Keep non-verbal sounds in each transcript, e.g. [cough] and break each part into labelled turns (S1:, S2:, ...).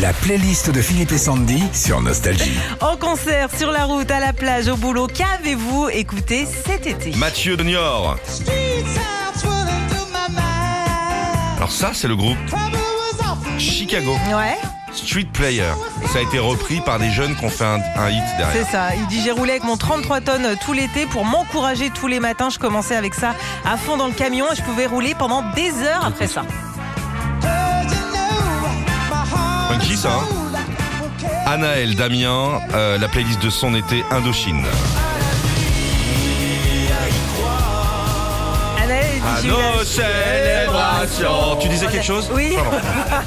S1: La playlist de Philippe et Sandy sur Nostalgie.
S2: En concert, sur la route, à la plage, au boulot, qu'avez-vous écouté cet été
S3: Mathieu de Niort. Alors ça, c'est le groupe Chicago
S2: Ouais,
S3: Street Player. Ça a été repris par des jeunes qui ont fait un, un hit
S2: c'est
S3: derrière.
S2: ça. Il dit J'ai roulé avec mon 33 tonnes tout l'été pour m'encourager tous les matins. Je commençais avec ça à fond dans le camion et je pouvais rouler pendant des heures après ça.
S3: Funky ça. hein Anaël Damien, euh, la playlist de son été Indochine.
S2: Annelle, il dit,
S3: À
S2: J'ai eu la-
S3: nos célébrations. Tu disais quelque chose
S2: Oui.
S3: Pardon.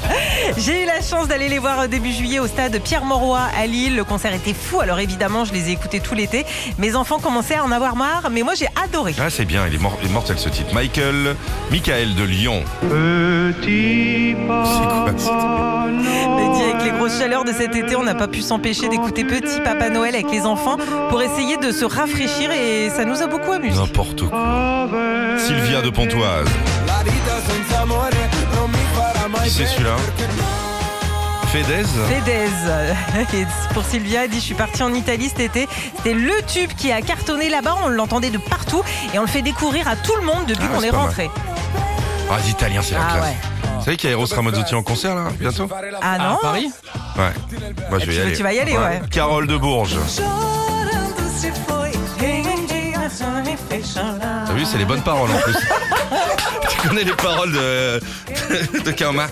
S2: [laughs] J'ai eu la chance d'aller les voir début juillet au stade Pierre Mauroy à Lille. Le concert était fou, alors évidemment, je les ai écoutés tout l'été. Mes enfants commençaient à en avoir marre, mais moi j'ai adoré.
S3: Ah, c'est bien, il est, mort, il est mortel ce titre. Michael, Michael de Lyon.
S4: Petit
S3: C'est quoi ce titre
S2: Mais dit avec les grosses chaleurs de cet été, on n'a pas pu s'empêcher d'écouter Petit Papa Noël avec les enfants pour essayer de se rafraîchir et ça nous a beaucoup amusé.
S3: N'importe quoi. Sylvia de Pontoise. Qui c'est celui-là Fedez
S2: Fedez, [laughs] Et pour Sylvia, elle dit je suis partie en Italie cet été. C'était le tube qui a cartonné là-bas, on l'entendait de partout et on le fait découvrir à tout le monde depuis
S3: Ah,
S2: qu'on
S3: c'est
S2: est
S3: pas mal.
S2: rentré.
S3: Ah, les Italiens, c'est la
S2: Ah
S3: classe.
S2: ouais.
S3: Vous savez qu'il y a Eros Ramazzotti en concert, là, bientôt
S2: Ah non
S5: Paris
S3: Ouais. Moi, je vais y
S2: veux-
S3: aller.
S2: tu vas y aller, ouais.
S3: Carole de Bourges. T'as vu, c'est les bonnes paroles, en plus.
S2: [laughs]
S3: tu connais les paroles de, [laughs] de Karma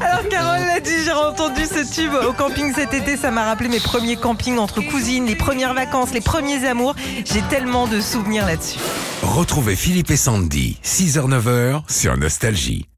S2: Alors Carole l'a dit, j'ai entendu ce tube au camping cet été, ça m'a rappelé mes premiers campings entre cousines, les premières vacances, les premiers amours. J'ai tellement de souvenirs là-dessus.
S1: Retrouvez Philippe et Sandy, 6h-9h sur Nostalgie.